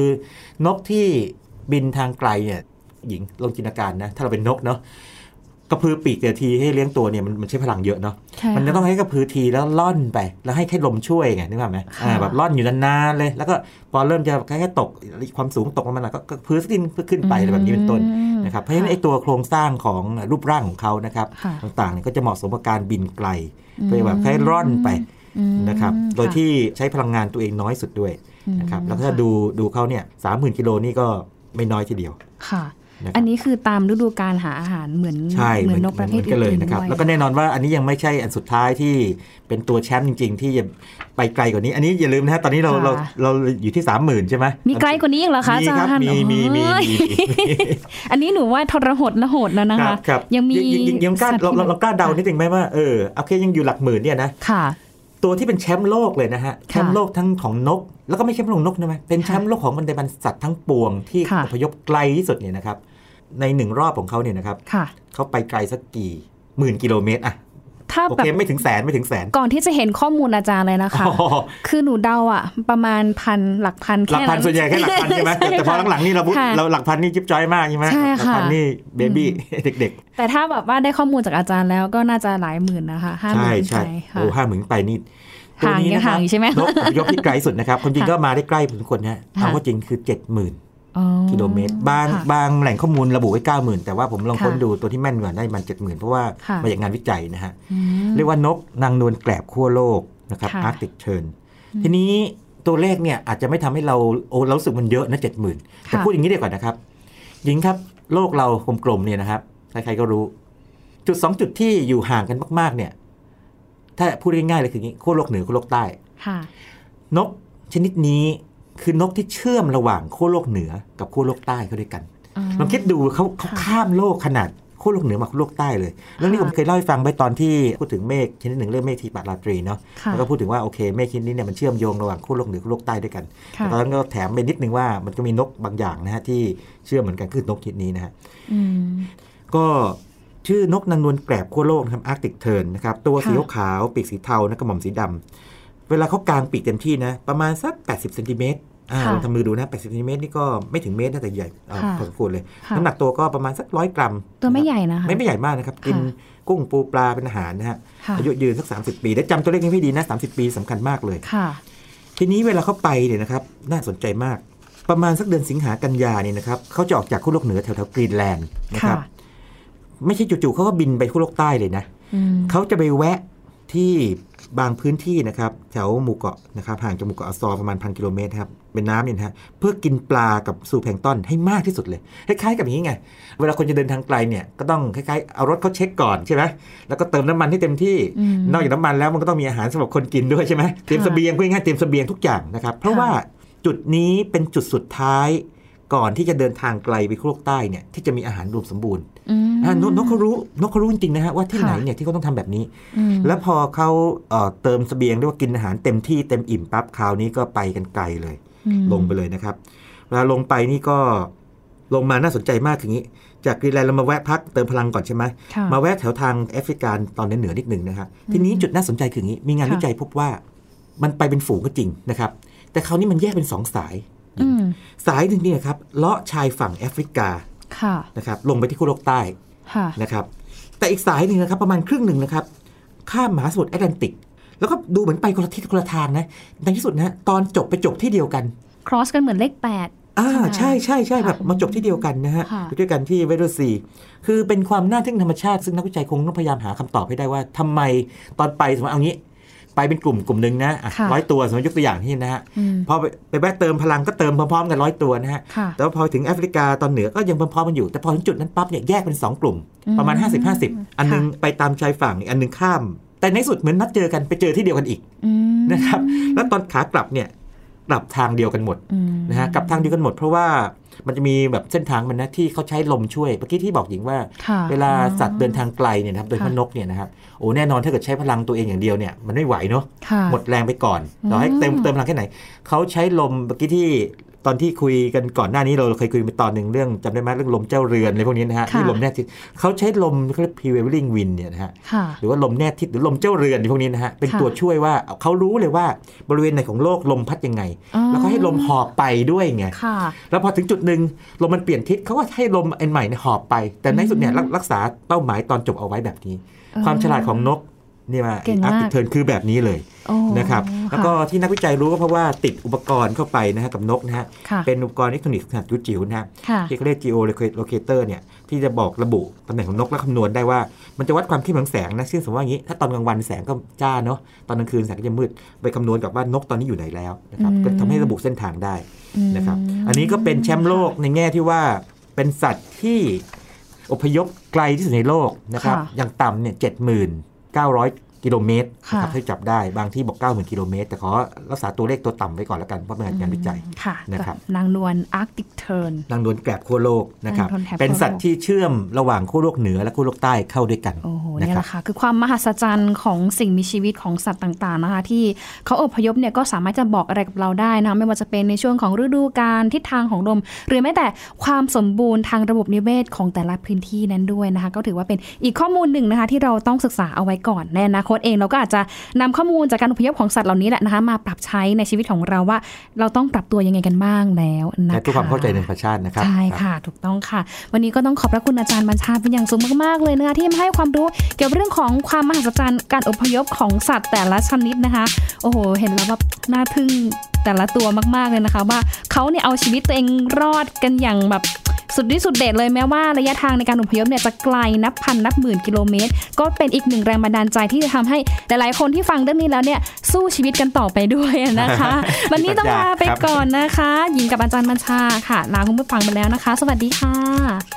B: นกที่บินทางไกลเนี่ยหญิงลองจินตนาการนะถ้าเราเป็นนกเนาะกระพือปีกแต่ละทีให้เลี้ยงตัวเนี่ยมันมันใช้พลังเยอะเนาะ
A: ใช่
B: มันจะ
A: ค่ะ
B: ต้องให้กระพือทีแล้วล่อนไป แล้วให้แค่ลมช่วยไงนึกภาพไหมอ่า
A: ค่ะ
B: แบบล่อนอยู่นานๆเลย แล้วก็พอเริ่มจะแค่ตกความสูงตกลงมาหน่อยก็ก็กระพือขึ้นเพื่อขึ้นไปอะไรแบบนี้เป็นต้น
A: อืม
B: นะครับเพราะฉะนั้นไอ้ตัวโครงสร้างของรูปร่างของเขานะครับ
A: ค่ะ
B: ต่างๆเนี่ยก็จะเหมาะสมกับการบินไกล
A: อืม
B: เพื่อแบบแค่ล่อนไป
A: อืม
B: นะครับโดย
A: ค่ะ
B: ที่ใช้พลังงานตัวเองน้อยสุดด้วยนะครับ
A: อืม
B: แล้วถ้า
A: ค่ะ
B: ดูดูเขาเนี่ยสามหมื่นกิโลนี่ก็ไม่น้อยทีเดียว
A: ค่ะ
B: นะครับ
A: อันนี้คือตามฤดูการหาอาหารเหมือน
B: ใช่
A: เหมือนนกประเภท
B: ห
A: อื่
B: มือกันนเลย
A: ๆ
B: นะครับ
A: ด้วย
B: แล้วก็แน่นอนว่าอันนี้ยังไม่ใช่อันสุดท้ายที่เป็นตัวแชมป์จริง ๆ ที่จะไปไกลกว่านี้ อันนี้อย่าลืมนะฮะตอนนี้เรา
A: ค่ะ
B: เราเราอยู่ที่ 3 0,000 ใช่ไหม
A: มีไกลกว่านี้อีกเหรอคะอา
B: มี
A: จาร
B: ครับ
A: ย์
B: มีมีมี
A: โอ้ย
B: มี
A: อันนี้หนูว่าทรหดละโหดแล้วนะ
B: ครั
A: คะ
B: บครับ
A: ยังมี
B: ยังยังยังกล้า
A: สัตว์
B: เรา
A: ที่
B: เราเรากล้าเดานิดนึงไหมว่าเออโอเคยังอยู่หลักหมื่นเนี่ยนะ
A: ค่ะ
B: ตัวที่เป็นแชมป์โลกเลยนะฮะแชมป์โลกทั้งของนก แล้วก็ไม่ใช่แชมป์โลกนกนะไหมเป็นแชมป์โลกของบรรดาบรรษัททั้งปวงที่
A: ค่ะ
B: อพยพไกลที่สุดเนี่ยนะครับ ในหนึ่งรอบของเขาเนี่ยนะครับ
A: ค่ะ
B: เขาไปไกลสักกี่หมื่นกิโลเมตรอะ
A: ถ้า
B: โอ
A: แบบ
B: เคไม่ถึงแสนไม่ถึงแสน
A: ก่อนที่จะเห็นข้อมูลอาจารย์เลยนะคะ
B: อ๋อ
A: คือหนูเดาอ่ะ ประมาณพันหลักพัน
B: หลัก
A: แค่
B: พันส่วนใหญ่แค่หลักพันใช่ไหมแต่แต่พอหลังๆนี่เราพูด
A: ค่ะ
B: เราหลักพันนี่จิ๊บจ้อยมากใช่ไหม
A: ใช่
B: หลั
A: ค่ะ
B: พันนี่เบบี้ เด็ก ๆ
A: แต่ถ้าแบบว่าได้ข้อมูลจากอาจารย์แล้วก็น่าจะหลายหมื่นนะคะห้าห
B: ใช่
A: มื่น
B: ใช่
A: ไปค่ะ
B: โอ้ห้าหมื่นไปนี่ตัว
A: ห่าง
B: นี้
A: ยัง
B: นะค
A: ห่า
B: รับ
A: งอยู่ใช่ไหม
B: นกอพยพที่ไกลสุดนะครับคนจริง
A: ค่ะ
B: ก็มาได้ใกล้พอสมควรนะ
A: ค่ะ
B: เอาว่าจริงคือ 70,000
A: อ๋อ
B: กิโลเมตร บาง
A: ค่ะ
B: บางแหล่งข้อมูลระบุไว้ 90,000 แต่ว่าผมลอง
A: ค่ะ
B: ค้นดูตัวที่แม่นกว่าได้มัน 70,000 เพราะว่า
A: ค่ะ
B: มาจากงานวิจัยนะฮะ
A: อืม
B: เรียกว่านกนางนวลแกลบขั้วโลกนะครับ
A: ค่ะ
B: อาร์กติกเชิญ
A: อืม
B: ทีนี้ตัวเลขเนี่ยอาจจะไม่ทำให้เราโอ้เรารู้สึกมันเยอะนะเจ็ดหมื่นแต่
A: ค่ะ
B: พูดอย่างนี้ดีกว่านะครับหญิงครับโลกเรากลมๆเนี่ยนะครับใครๆก็รู้ จุดสองจุดที่อยู่ห่างกันมากๆ เนี่ย ถ้าพูดง่ายๆเลยคืออย่างนี้ขั้วโลกเหนือขั้วโลกใต้
A: ค่ะ
B: นกชนิดนี้คือนกที่เชื่อมระหว่างขั้วโลกเหนือกับขั้วโลกใต้เข้าด้วยกัน ลองคิดดูเขาเขาข้ามโลกขนาดขั้วโลกเหนือมาขั้วโลกใต้เลยเรื่องนี้ผมเคยเล่าให้ฟังไปตอนที่พูดถึงเมฆชนิดหนึ่งเรื่องเมฆทีปาราตรีเนาะ
A: ค่ะ
B: แล้วก็พูดถึงว่าโอเคเมฆชนิดนี้เนี่ยมันเชื่อมโยงระหว่างขั้วโลกเหนือขั้วโลกใต้ด้วยกัน
A: ค่ะ
B: แต่ตอนนั้นก็แถมไปนิดนึงว่ามันก็มีนกบางอย่างนะฮะที่เชื่อมเหมือนกันคือนกชนิดนี้นะฮะ
A: อืม
B: ก็ชื่อนกนางนวลแกลบขั้วโลกนะครับอาร์กติกเทินนะครับตัวสี
A: ค่ะ
B: ขาวๆปีกสีเทานะกระหม่อมสีดำเวลาเขากางปีกเต็มที่นะประมาณสัก 80เซนติเมตรอ่า
A: ค่ะ
B: ลองทำมือดูนะ80เซนติเมตรนี่ก็ไม่ถึงเมตรนะแต่ใหญ่อ่า
A: ค่ะ
B: พอสมควรเลย
A: ค่ะ
B: น้ำหนักตัวก็ประมาณสักร้อยกรัม
A: ตัวไม่ให
B: นะครับ
A: ญ่นะคะ
B: ไม่ไม่ใหญ่มากนะครับ กิน
A: ค่ะ
B: กุ้งปูปลาเป็นอาหารนะฮะ
A: ค่ะ
B: อายุยืนสัก 30 ปี ได้จำตัวเลขนี้ให้ดีนะ 30 ปีสำคัญมากเลย
A: ค่ะ
B: ทีนี้เวลาเขาไปเนี่ยนะครับ น่าสนใจมาก ประมาณสักเดือนสิงหากันยาเนี่ยนะครับเขาจะออกจากขั้วโลกเหนือแถวแถวกรีนแลนด์นะครับ
A: ค่ะ
B: ไม่ใช่จู่ๆเขาก็บินไปขั้วโลกใต้เลยนะ
A: อืม
B: เขาจะไปแวะที่บางพื้นที่นะครับแถวหมู่เกาะนะครับห่างจากหมู่เกาะอัสซอร์ประมาณพันกิโลเมตรครับเป็นน้ำเนี่ยนะฮะเพื่อกินปลากับซูแพลงก์ตอนให้มากที่สุดเลยคล้ายๆกับอย่างนี้ไง เวลาคนจะเดินทางไกลเนี่ยก็ต้องคล้ายๆเอารถเขาเช็คก่อนใช่ไหมแล้วก็เติมน้ำมันให้เต็มที่
A: อืม
B: นอกจากน้ำมันแล้วมันก็ต้องมีอาหารสำหรับคนกินด้วยใช่ไหมเตรียมเสบียงพูดง่ายๆเตรียมเสบียงทุกอย่างนะครับ เพราะ
A: ค่ะ
B: ว่าจุดนี้เป็นจุดสุดท้าย ก่อนที่จะเดินทางไกลไปขั้วโลกใต้เนี่ยที่จะมีอาหารรวมสมบูรณ์
A: อืม
B: อ่านกนกเขารู้นกเขารู้จริงๆนะฮะว่าที่
A: ค่ะ
B: ไหนเนี่ยที่เขาต้องทำแบบนี้
A: อืม
B: แล้วพอเขาเอ่อเติมเสบียงเรียกว่ากินอาหารเต็มที่เต็มอิ่มปั๊บคราวนี้ก็ไปกันไกลเลย
A: อืม
B: ลงไปเลยนะครับเวลาลงไปนี่ก็ลงมาน่าสนใจมากคืออย่างนี้ จากกรีนแลนด์เรามาแวะพักเติมพลังก่อนใช่ไหม
A: ค่ะ
B: มาแวะแถวทางแอฟริกาตอนเหนือๆนิดหนึ่งนะครับทีนี้จุดน่าสนใจคืออย่างนี้ มีงาน
A: ค่ะ
B: วิจัยพบว่ามันไปเป็นฝูงก็จริงนะครับ แต่คราวนี้มันแยกเป็นสองสาย
A: อืม
B: สายหนึ่งนี่นะครับเลาะชายฝั่งแอฟริกา
A: ค่ะ
B: นะครับลงไปที่ขั้วโลกใต้
A: ค่ะ
B: นะครับ แต่อีกสายหนึ่งนะครับประมาณครึ่งหนึ่งนะครับ ข้ามมหาสมุทรแอตแลนติก แล้วก็ดูเหมือนไปคนละทิศคนละทางนะในที่สุดนะตอนจบไปจบที่เดียวกัน
A: ครอสกันเหมือนเลขแปด
B: อ่า
A: ใช่
B: ใช่
A: ไหม
B: ใช่ใช่
A: ค่ะ
B: แบบมาจบที่เดียวกันนะฮะ
A: ค่ะ
B: อยู่ด้วยกันที่เวโรซีคือเป็นความน่าทึ่งธรรมชาติ ซึ่งนักวิจัยคงต้องพยายามหาคำตอบให้ได้ว่าทำไมตอนไปสมมติเอางี้ ไปเป็นกลุ่มกลุ่มหนึ่งนะอ่ะร้อยตัวสมมติยกตัวอย่างที่นะฮะ
A: อืม
B: พอไปไปแวะเติมพลังก็เติมพร้อมๆกันร้อยตัวนะฮะ
A: ค่ะ
B: แต่ว่าพอถึงแอฟริกาตอนเหนือก็ยังพร้อมๆกันอยู่ แต่พอถึงจุดนั้นปั๊บเนี่ยแยกเป็นสองกลุ่ม ประมาณ
A: อืม
B: 50 50 อันหนึงไปตามชายฝั่งอีกอันหนึงข้าม แต่ในสุดเหมือนนัดเจอกันไปเจอที่เดียวกันอีก
A: อืม
B: นะครับแล้วตอนขากลับเนี่ยกลับทางเดียวกันหมด
A: อืม
B: นะฮะกลับทางเดียวกันหมดเพราะว่ามันจะมีแบบเส้นทางมันนะที่เขาใช้ลมช่วยเมื่อกี้ที่บอกหญิงว่า
A: ค่ะ
B: เวลาสัตว์เดินทางไกลเนี่ยนะครับโดยเฉพาะนกเนี่ยนะครับโอ้แน่นอนถ้าเกิดใช้พลังตัวเองอย่างเดียวเนี่ยมันไม่ไหวเนาะ
A: ค่ะ
B: หมดแรงไปก่อนเราให้เต็ม
A: อืม
B: เติมพลังแค่ไหนเขาใช้ลมเมื่อกี้ที่ตอนที่คุยกันก่อนหน้านี้เราเคยคุยไปตอนหนึ่งเรื่องจำได้ไหมเรื่องลมเจ้าเรือนอะไรพวกนี้นะฮะที่ลมแน่ทิศเขาใช้ลมเขาเรียก prevailing wind เนี่ยนะฮะ
A: ค่ะ
B: หรือว่าลมแนบทิศหรือลมเจ้าเรือนพวกนี้นะฮะเป็น
A: ค่ะ
B: ตัวช่วยว่าเขารู้เลยว่าบริเวณไหนของโลกลมพัดยังไง
A: อ๋อ
B: แล้วก็ให้ลมหอบไปด้วยไง
A: ค่ะ
B: แล้วพอถึงจุดหนึ่งลมมันเปลี่ยนทิศเขาก็ให้ลมอันใหม่เนี่ยหอบไป แต่ในที่สุดเนี่ยรักรักษาเป้าหมายตอนจบเอาไว้แบบนี้
A: อ๋อ
B: ความฉลาดของนกเนี่ยมา
A: เก่งมาก
B: อาร์ติเทิร์นคือแบบนี้เลย
A: โอ้
B: นะครับแล้วก็ที่นักวิจัยรู้ก็เพราะว่าติดอุปกรณ์เข้าไปนะฮะกับนกนะฮะ
A: ค่ะ
B: เป็นอุปกรณ์อิเล็กทรอนิกส์ขนาดจิ๋วๆนะฮะ
A: ค่ะ
B: ที่เขาเรียก geo locator เนี่ยที่จะบอกระบุตำแหน่งของนกและคำนวณได้ว่า มันจะวัดความเข้มของแสงนะซึ่งสมมติว่าอย่างนี้ ถ้าตอนกลางวันแสงก็จ้าเนาะตอนกลางคืนแสงก็จะมืด ไปคำนวณกับว่านกตอนนี้อยู่ไหนแล้วนะครับ
A: อืม
B: ก็ทำให้ระบุเส้นทางได้
A: อืม
B: นะครับอันนี้ก็เป็นแชมป์โลกในแง่ที่ว่าเป็นสัตว์ที่อพยพไกลที่สุดในโลกนะครับอย่างต่ำเนี่ยเจ็ดหมื่นเก้าร้อย กิโลเมตรนะครั
A: ค่ะ
B: บให้จับได้บางที่บอก 9 0,000 กิโลเมตร แต่ขอรักษาตัวเลขตัวต่ำไว้ก่อนแล้วกันเพราะเป็นงานวิจัย
A: ค่ะ
B: นะครับ
A: กับนางนวลอาร์กติกเทิร์น
B: นางนวลแกลบขั้วโลกนะครับ
A: นางนวลแกรบขั้วโลก
B: เป็นสัตว์ที่เชื่อมระหว่างขั้วโลกเหนือและขั้วโลกใต้เข้าด้วยกัน
A: โอ้โห
B: นะ
A: เนี่ย
B: ค
A: แห
B: รับ
A: ละค่ะ คือความมหัศจรรย์ของสิ่งมีชีวิตของสัตว์ต่างๆนะคะที่เขาอพยพเนี่ยก็สามารถจะบอกอะไรกับเราได้นะไม่ว่าจะเป็นในช่วงของฤดูกาลทิศทางของลม หรือแม้แต่ความสมบูรณ์ทางระบบนิเวศของแต่ละพื้นที่นั้นด้วยนะคะ ก็ถือว่าเป็นอีกข้อมูลหนึ่งนะคะ ที่เราต้องศึกษาเอาไว้ก่อนในอนาคตเองเราก็อาจจะนำข้อมูลจากการอพยพของสัตว์เหล่านี้แหละนะคะมาปรับใช้ในชีวิตของเราว่า เราต้องปรับตัวยังไงกันบ้างแล้วนะคะ
B: และเพื่อความเข้าใจในธรรมชาตินะครับ
A: ใช่
B: ครับ
A: ค่ะ ถูกต้องค่ะ วันนี้ก็ต้องขอบพระคุณอาจารย์บัญชาเป็นอย่างสูงมากๆเลยนะคะที่มาให้ความรู้เกี่ยวกับเรื่องของความมหัศจรรย์การอพยพของสัตว์แต่ละชนิดนะคะ โอ้โห เห็นแล้วแบบน่าทึ่งแต่ละตัวมากๆเลยนะคะ ว่าเขาเนี่ยเอาชีวิตตัวเองรอดกันอย่างแบบสุดที่สุดเด็ดเลยแม้ว่าระยะทางในการอพยพเนี่ยจะไกลนับพันนับหมื่นกิโลเมตร ก็เป็นอีกหนึ่งแรงบันดาลใจที่จะทำให้หลายๆคนที่ฟังเรื่องนี้แล้วเนี่ยสู้ชีวิตกันต่อไปด้วยนะคะ วันนี้ต้องลาไปก่อนนะคะ หญิงกับอาจารย์บัญชาค่ะ ลาคุณผู้ฟังไปแล้วนะคะ สวัสดีค่ะ